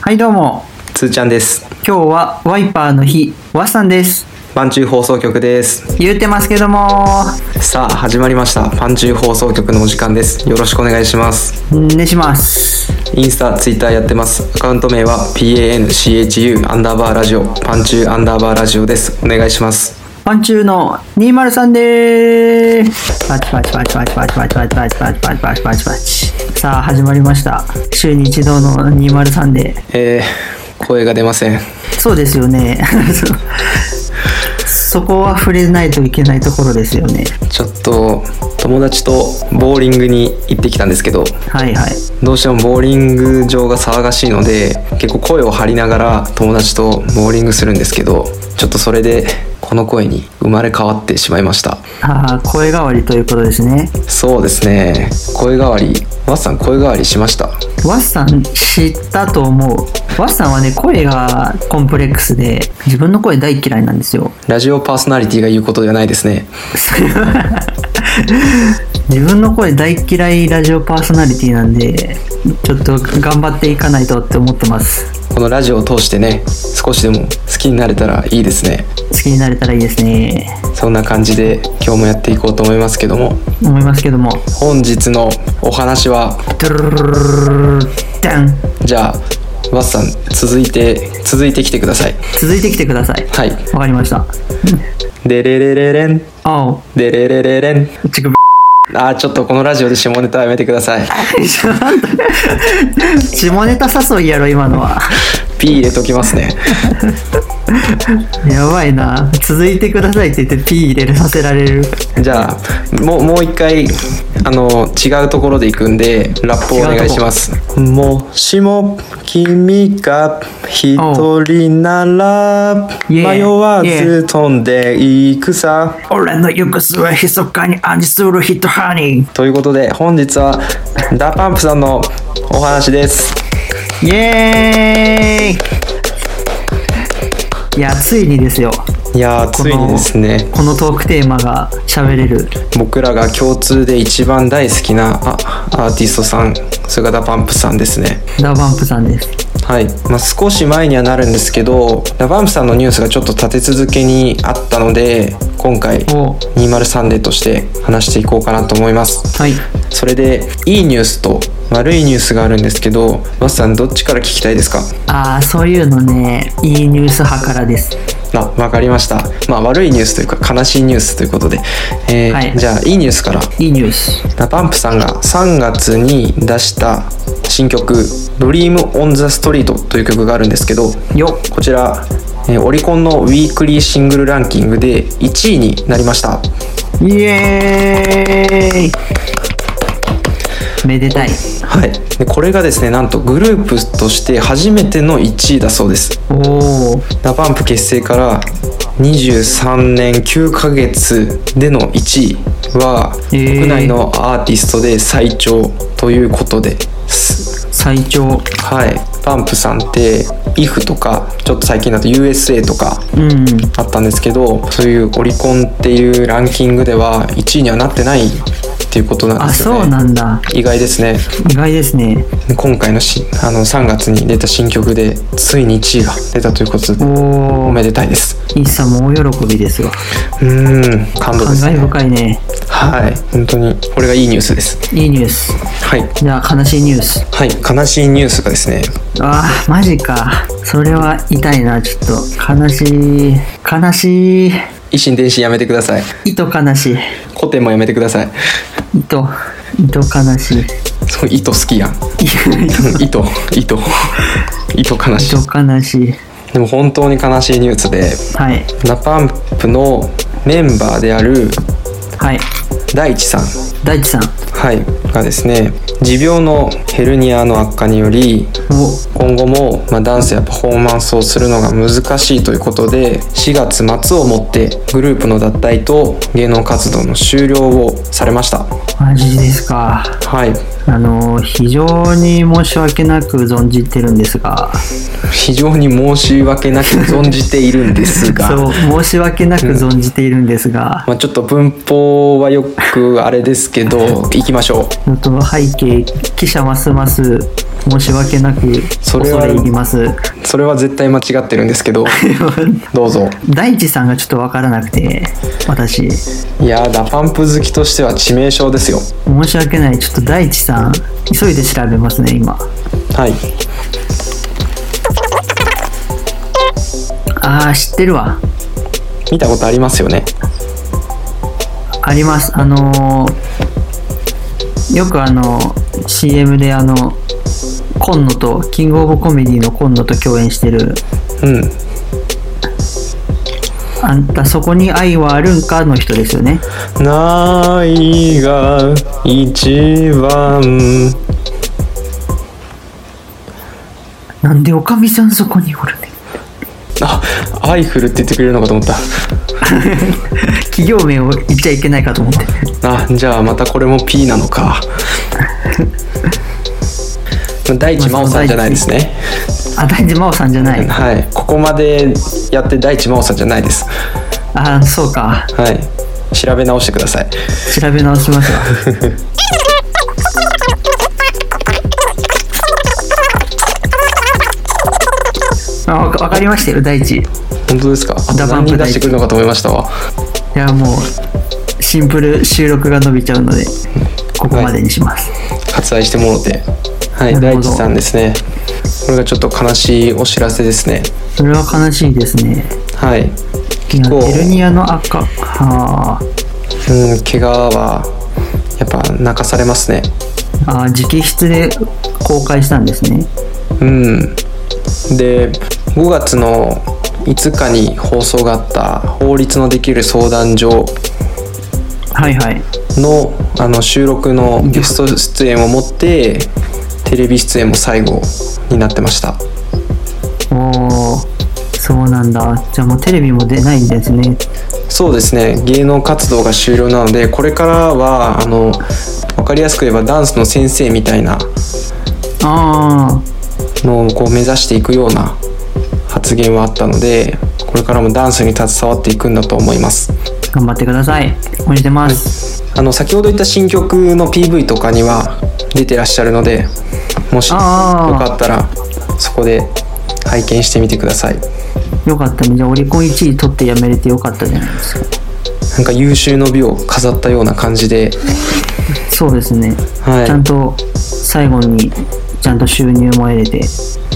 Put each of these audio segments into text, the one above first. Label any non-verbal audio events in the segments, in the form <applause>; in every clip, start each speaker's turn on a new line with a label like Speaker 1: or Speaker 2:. Speaker 1: はいどうも
Speaker 2: つーちゃんです
Speaker 1: 今日はワイパーの日わっさんです
Speaker 2: パンチュー放送局です
Speaker 1: 言ってますけども
Speaker 2: さあ始まりましたパンチュー放送局のお時間ですよろしくお願いします
Speaker 1: んねします
Speaker 2: インスタツイッターやってますアカウント名は PANCHU アンダーバーラジオパンチューアンダーバーラジオですお願いします
Speaker 1: パンチューの203でーすパチパチパチパチパチパチパチパチパチパチパチパチパチさあ始まりました週に一度の203で
Speaker 2: えー、声が出ません
Speaker 1: そうですよね <laughs> そうそこは触れないといけないところですよね
Speaker 2: ちょっと友達とボーリングに行ってきたんですけど
Speaker 1: はいはい
Speaker 2: どうしてもボーリング場が騒がしいので結構声を張りながら友達とボーリングするんですけどちょっとそれでこの声に生まれ変わってしまいました
Speaker 1: ああ声変わりということですね
Speaker 2: そうですね声変わりワッさん声変わりしました
Speaker 1: ワッサン知ったと思うワッサンはね声がコンプレックスで自分の声大嫌いなんですよ
Speaker 2: ラジオパーソナリティが言うことではないですね
Speaker 1: 自分の声大嫌いラジオパーソナリティなんでちょっと頑張っていかないとって思ってます
Speaker 2: このラジオを通してね少しでも好きになれたらいいですね
Speaker 1: 好きになれたらいいですね
Speaker 2: そんな感じで今日もやっていこうと思いますけども
Speaker 1: 思いますけども
Speaker 2: 本日のお話は
Speaker 1: ドゥルルルルルルダン
Speaker 2: じゃあワッさん続いて続いてきてください
Speaker 1: 続いてきてください
Speaker 2: はい
Speaker 1: わかりました
Speaker 2: でれれれれん
Speaker 1: 青
Speaker 2: でれれれれん
Speaker 1: ちく
Speaker 2: あーちょっとこのラジオで下ネタはやめてください
Speaker 1: 下ネタ誘いやろ今のは
Speaker 2: ピー入れときますね
Speaker 1: やばいな続いてくださいって言ってピー入れるさせられる
Speaker 2: じゃあもうもう一回あの違うところで行くんでラップをお願いしますもしも君が一人なら
Speaker 1: う Yeah
Speaker 2: 迷わず飛んでいくさ
Speaker 1: 俺の行く末は密かに暗示するヒットハニ
Speaker 2: ということで本日はダパンプさんのお話です
Speaker 1: ーイエーイいやついにですよ
Speaker 2: いやー
Speaker 1: こ
Speaker 2: つ
Speaker 1: の
Speaker 2: いにですね
Speaker 1: このトークテーマが喋れる
Speaker 2: 僕らが共通で一番大好きなあアーティストさんそれがダパンプさんですね
Speaker 1: ダバンプさんです
Speaker 2: はい、まあ、少し前にはなるんですけどラバンプさんのニュースがちょっと立て続けにあったので今回
Speaker 1: お
Speaker 2: 203でとして話していこうかなと思います
Speaker 1: はい
Speaker 2: それでいいニュースと悪いニュースがあるんですけどマスさんどっちから聞きたいですか
Speaker 1: ああそういうのねいいニュース派からです
Speaker 2: あわかりましたまあ悪いニュースというか悲しいニュースということで、えー
Speaker 1: はい
Speaker 2: じゃあいいニュースから
Speaker 1: いいニュース
Speaker 2: ダパンプさんが3月に出した新曲「Dream on the Street」という曲があるんですけど
Speaker 1: よ
Speaker 2: こちら、えーオリコンのウィークリーシングルランキングで1位になりました
Speaker 1: イエーイめでたい
Speaker 2: はいでこれがですねなんとグループとして初めての1位だそうです
Speaker 1: おお
Speaker 2: ダパンプ結成から23年9ヶ月での1位は
Speaker 1: えー
Speaker 2: 国内のアーティストで最長ということです
Speaker 1: 最長
Speaker 2: はいパンプさんって「IF」とかちょっと最近だと「USA」とか
Speaker 1: うん
Speaker 2: あったんですけどそういうオリコンっていうランキングでは1位にはなってないっていうことなん
Speaker 1: あ
Speaker 2: ですよね
Speaker 1: そうなんだ
Speaker 2: 意外ですね
Speaker 1: 意外ですね
Speaker 2: 今回のしあの3月に出た新曲でついに1位が出たということで
Speaker 1: お
Speaker 2: お
Speaker 1: お
Speaker 2: めでたいです
Speaker 1: 一さんも大喜びですよ
Speaker 2: うーん感動
Speaker 1: 感
Speaker 2: です
Speaker 1: 慨
Speaker 2: ね
Speaker 1: 深いね
Speaker 2: はい本当にこれがいいニュースです
Speaker 1: いいニュース
Speaker 2: はい
Speaker 1: じゃあ悲しいニュース
Speaker 2: はい悲しいニュースがですね
Speaker 1: あーマジかそれは痛いなちょっと悲しい悲しい
Speaker 2: 維新電信やめてください
Speaker 1: 糸悲しい
Speaker 2: 古典もやめてください
Speaker 1: 糸糸悲しい <laughs>
Speaker 2: そう糸好きやん <laughs> 糸糸糸悲し
Speaker 1: 糸悲しい
Speaker 2: いでも本当に悲しいニュースで
Speaker 1: はい
Speaker 2: ダパンプのメンバーである
Speaker 1: はい
Speaker 2: 大地さん、
Speaker 1: 大地さん
Speaker 2: はい、がですね持病のヘルニアの悪化により
Speaker 1: お
Speaker 2: 今後も、まあ、ダンスやパフォーマンスをするのが難しいということで4月末をもってグループの脱退と芸能活動の終了をされました
Speaker 1: マジですか
Speaker 2: はい
Speaker 1: あのー非常に申し訳なく存じてるんですが
Speaker 2: 非常に申し訳なく存じているんですが
Speaker 1: そう申し訳なく存じているんですが、
Speaker 2: <laughs> まあ、ちょっと文法はよくあれですけど行ききましょ
Speaker 1: ちょっと背景、記者ますます申し訳なく
Speaker 2: そ
Speaker 1: 恐
Speaker 2: れは
Speaker 1: れ入ります。
Speaker 2: うそれは絶対間違ってるんですけど <laughs> どうぞ
Speaker 1: 大地さんがちょっとわからなくて、私、申
Speaker 2: いやーダパンプ好きとしては致命傷ですよ
Speaker 1: し訳ない。ちょっと大地さん、急いで調べますね、今。
Speaker 2: はい
Speaker 1: あー、知ってるわ。
Speaker 2: 見たことありますよね
Speaker 1: あります。あのーよくあの、CM であの、コンノと、キングオブコメディのコンノと共演してる、
Speaker 2: うん
Speaker 1: あんたそこに愛はあるんかの人ですよね。
Speaker 2: ないが一番
Speaker 1: なんでおかみさんそこにおるねん。
Speaker 2: あアイフルって言ってくれるのかと思った
Speaker 1: 企業名を言っちゃいけないかと思って。
Speaker 2: あじゃあまたこれも P なのか <laughs> 大地真央さんじゃないですね
Speaker 1: あ、大地真央さんじゃない。
Speaker 2: はいここまでやって大地真央さんじゃないです
Speaker 1: あ、そうか。
Speaker 2: はい調べ直してください
Speaker 1: 調べ直しますわ。あわかわかりましたよ、大地。い
Speaker 2: 本当ですか
Speaker 1: ダパン
Speaker 2: 何
Speaker 1: プ
Speaker 2: 人出
Speaker 1: 大
Speaker 2: し
Speaker 1: 地
Speaker 2: てくるのかと思いましたわ
Speaker 1: や、もう、シンプル収録が伸びちゃうので、ここまでにします。
Speaker 2: 割愛してもろてはい
Speaker 1: なる
Speaker 2: 大
Speaker 1: ほど
Speaker 2: 地さんですねこれがちょっと悲しいお知らせですね
Speaker 1: それは悲しいですね。
Speaker 2: はい
Speaker 1: いや
Speaker 2: 構
Speaker 1: ヘルニアの赤。はあ。
Speaker 2: うん怪我はやっぱ泣かされますね
Speaker 1: あ直筆で公開したんですね。
Speaker 2: うんで5月の5日に放送があった法律のできる相談所
Speaker 1: はいはい。
Speaker 2: のあの収録のゲスト出演をもってテレビ出演も最後になってました
Speaker 1: おーそうなんだ。じゃあもうテレビも出ないんですね。
Speaker 2: そうですね芸能活動が終了なのでこれからはあの分かりやすく言えばダンスの先生みたいな
Speaker 1: あ
Speaker 2: のをこう目指していくような発言はあったのでこれからもダンスに携わっていくんだと思います
Speaker 1: あ、頑張ってください。応援してます。
Speaker 2: あの先ほど言った新曲の PV とかには出てらっしゃるのでもしよ
Speaker 1: あー
Speaker 2: かったらそこで拝見してみてください
Speaker 1: よかったね。じゃあオリコン1位取ってやめれてよかったじゃないですか。
Speaker 2: なんか優秀の美を飾ったような感じで
Speaker 1: そうですね。ちゃん
Speaker 2: は
Speaker 1: と最後にちゃんと収入も得れて。
Speaker 2: い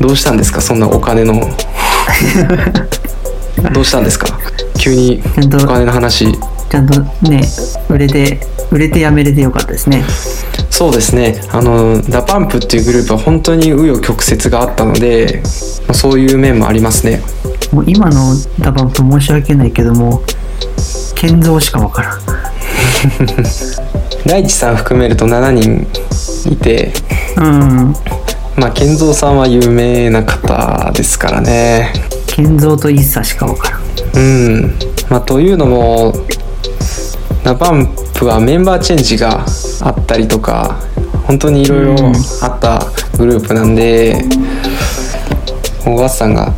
Speaker 2: どうしたんですかそんなお金のどうしたんですか急に
Speaker 1: ちゃんと
Speaker 2: お金の話
Speaker 1: ちゃんとね、売れて、売れてやめれてよかったですね。
Speaker 2: そうですねあのダパンプっていうグループは本当に紆余曲折があったのでまあそういう面もありますね
Speaker 1: もう今のダバンプ申し訳ないけども、建造しかわからん。
Speaker 2: 大地さん含めると7人いて
Speaker 1: うん。
Speaker 2: まあ健三さんは有名な方ですからね
Speaker 1: 建造とイッサしかわからん。
Speaker 2: うんまあというのもダパンプはメンバーチェンジがあったりとか本当にいろいろ
Speaker 1: うん
Speaker 2: あったグループなんで小川さんが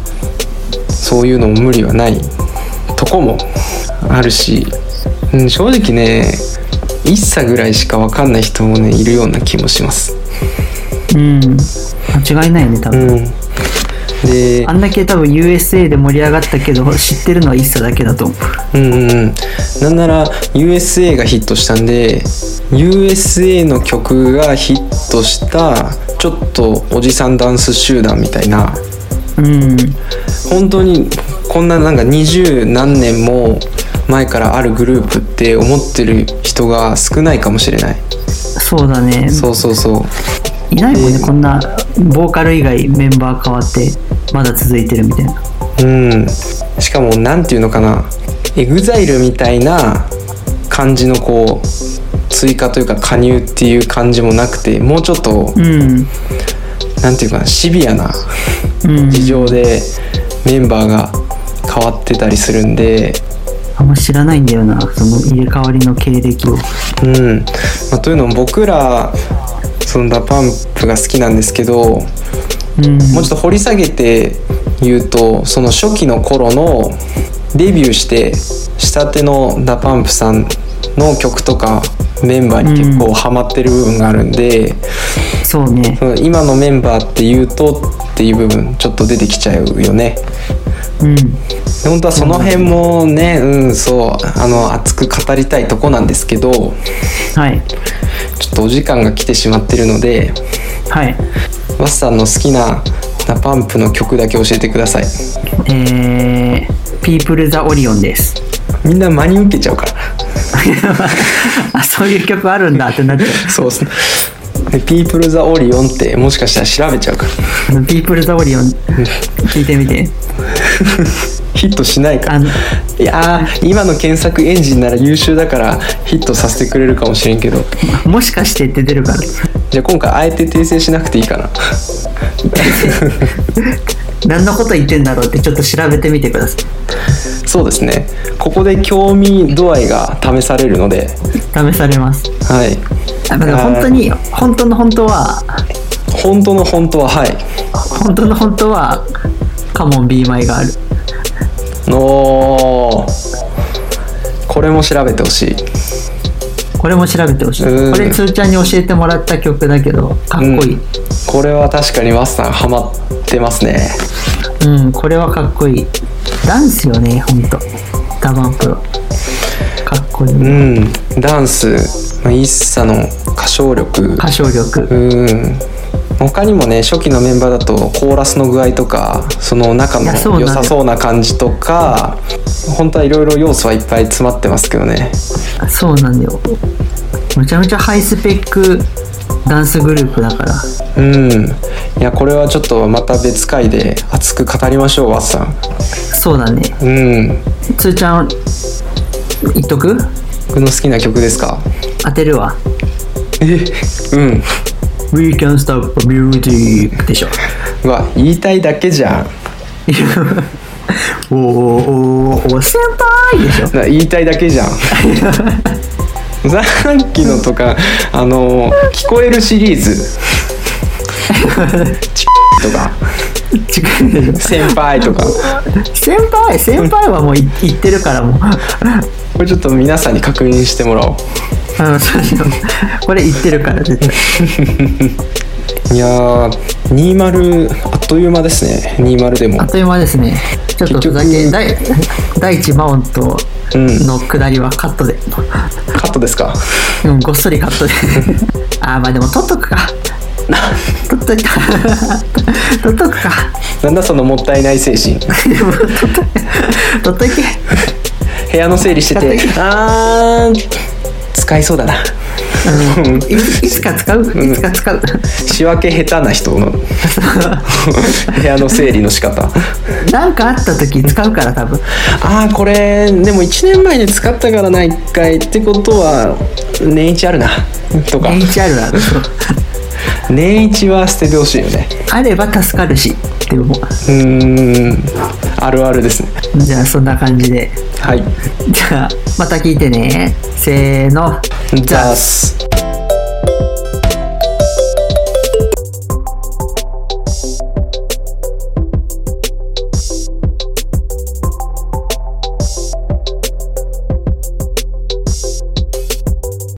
Speaker 2: そういうのも無理はないとこもあるし、うん、正直ね一差ぐらいしかわかんない人もねいるような気もします。
Speaker 1: うん。間違いないね、多
Speaker 2: う
Speaker 1: 分。
Speaker 2: ん、で
Speaker 1: あんだけ多分 USA で盛り上がったけど、知ってるのはイッサだけだと思う。
Speaker 2: うんうんうん、なんなら USA がヒットしたんで USA の曲がヒットしたちょっとおじさんダンス集団みたいな
Speaker 1: うん。
Speaker 2: 本当にこんななんか二十何年も前からあるグループって思ってる人が少ないかもしれない
Speaker 1: そうだね。
Speaker 2: そうそうそう
Speaker 1: いないもんね、
Speaker 2: えー
Speaker 1: こんな、ボーカル以外メンバー変わって、まだ続いてるみたいな。
Speaker 2: うんしかもなんていうのかな EXILE みたいな感じのこう追加というか加入っていう感じもなくてもうちょっと
Speaker 1: うん。
Speaker 2: なんていうかなシビアな
Speaker 1: うん。
Speaker 2: 事情でメンバーが変わってたりするんで、
Speaker 1: あんま知らないんだよな、その入れ替わりの経歴を。
Speaker 2: うんまあ、というのも僕らそのダパンプが好きなんですけど
Speaker 1: うん。
Speaker 2: もうちょっと掘り下げて言うとその初期の頃のデビューしてしたてのダパンプさんの曲とかメンバーに結構ハマってる部分があるんで、
Speaker 1: そうね
Speaker 2: その今のメンバーっていうとっていう部分ちょっと出てきちゃうよね
Speaker 1: うん
Speaker 2: で本当はその辺もねうんそうあの熱く語りたいとこなんですけどちょ
Speaker 1: はい
Speaker 2: っとお時間が来てしまってるので
Speaker 1: はい
Speaker 2: ワスさんの好きなダパンプの曲だけ教えてください
Speaker 1: えー、ピープル・ザ・オリオンです <laughs>
Speaker 2: みんな真に受けちゃうから
Speaker 1: あそういう曲あるんだってなっちゃう
Speaker 2: そうっすねで「People the Orion」ってもしかしたら調べちゃうから
Speaker 1: あのピープル・ザ・オリオン聞いてみて
Speaker 2: ヒットしないか
Speaker 1: あ
Speaker 2: ら
Speaker 1: の
Speaker 2: いやー今の検索エンジンなら優秀だからヒットさせてくれるかもしれんけど
Speaker 1: もしかしてって出るから
Speaker 2: じゃあ今回あえて訂正しなくていいかな
Speaker 1: 何のこと言ってんだろうってちょっと調べてみてくださ
Speaker 2: そうですねここで興味度合いが試されるので
Speaker 1: い試されます
Speaker 2: はい
Speaker 1: あだから本当に本当の本当は
Speaker 2: 本当の本当ははい
Speaker 1: 本当の本当はカモン B マイがある
Speaker 2: のこれも調べてほしい
Speaker 1: これも調べてほしい
Speaker 2: うん
Speaker 1: これつーちゃんに教えてもらった曲だけどかっこいい
Speaker 2: うん、これは確かにワッサンハマってますね
Speaker 1: うん、これはかっこいいダンスよねほんとダバンプロかっこいい、
Speaker 2: うんダンスまあイッサの歌唱力
Speaker 1: 歌唱力
Speaker 2: うん他にもね初期のメンバーだとコーラスの具合とかその中
Speaker 1: いやそうな
Speaker 2: の
Speaker 1: んだ
Speaker 2: 良
Speaker 1: よ
Speaker 2: さそうな感じとか本当はいろいろ要素はいっぱい詰まってますけどね
Speaker 1: そうなんだよめちゃめちゃハイスペックダンスグループだから
Speaker 2: うんいやこれはちょっとまた別回で熱く語りましょうワッサン
Speaker 1: そうだね
Speaker 2: うん
Speaker 1: つーちゃん言っとく
Speaker 2: 僕の好きな曲ですか
Speaker 1: 当てるわ
Speaker 2: えうん
Speaker 1: We can stop music でしょ
Speaker 2: うわ言いたいだけじゃん
Speaker 1: おーおーおー先輩でしょ
Speaker 2: な言いたいだけじゃんさっきのとかあの聞こえるシリーズ
Speaker 1: 違
Speaker 2: チとか
Speaker 1: うでしょ
Speaker 2: 先輩とか
Speaker 1: 先輩先輩はもうい言ってるからもう
Speaker 2: これちょっと皆さんに確認してもらお
Speaker 1: うん、そうしよう。これ言ってるから絶対。
Speaker 2: ういやー20あっという間ですね20でも
Speaker 1: あっという間ですね。ちょっとふざけ、
Speaker 2: 結局
Speaker 1: 第第一マウント
Speaker 2: うん
Speaker 1: の下りはカットで。
Speaker 2: カットですか
Speaker 1: うん、ごっそりカッ <laughs> トで。あー、まあでも取っとく <laughs> か。取っといた。取っとくか。
Speaker 2: なんだそのもったいない精神
Speaker 1: 取っといて。
Speaker 2: 部屋の整理しててあー使いそうだな
Speaker 1: うん、いいつか使ういつか使う。
Speaker 2: 仕分け下手な人の部屋の整理の仕方
Speaker 1: なんかあった時使うから多分。
Speaker 2: ああこれでも1年前に使ったからな1回ってことは年一あるなとか
Speaker 1: 年一あるある。
Speaker 2: 年一は捨ててほしいよね
Speaker 1: あれば助かるし。って思う。
Speaker 2: うーんあるあるですね
Speaker 1: じゃあそんな感じで。
Speaker 2: はい
Speaker 1: じゃあまた聞いてね。せーの。
Speaker 2: ザス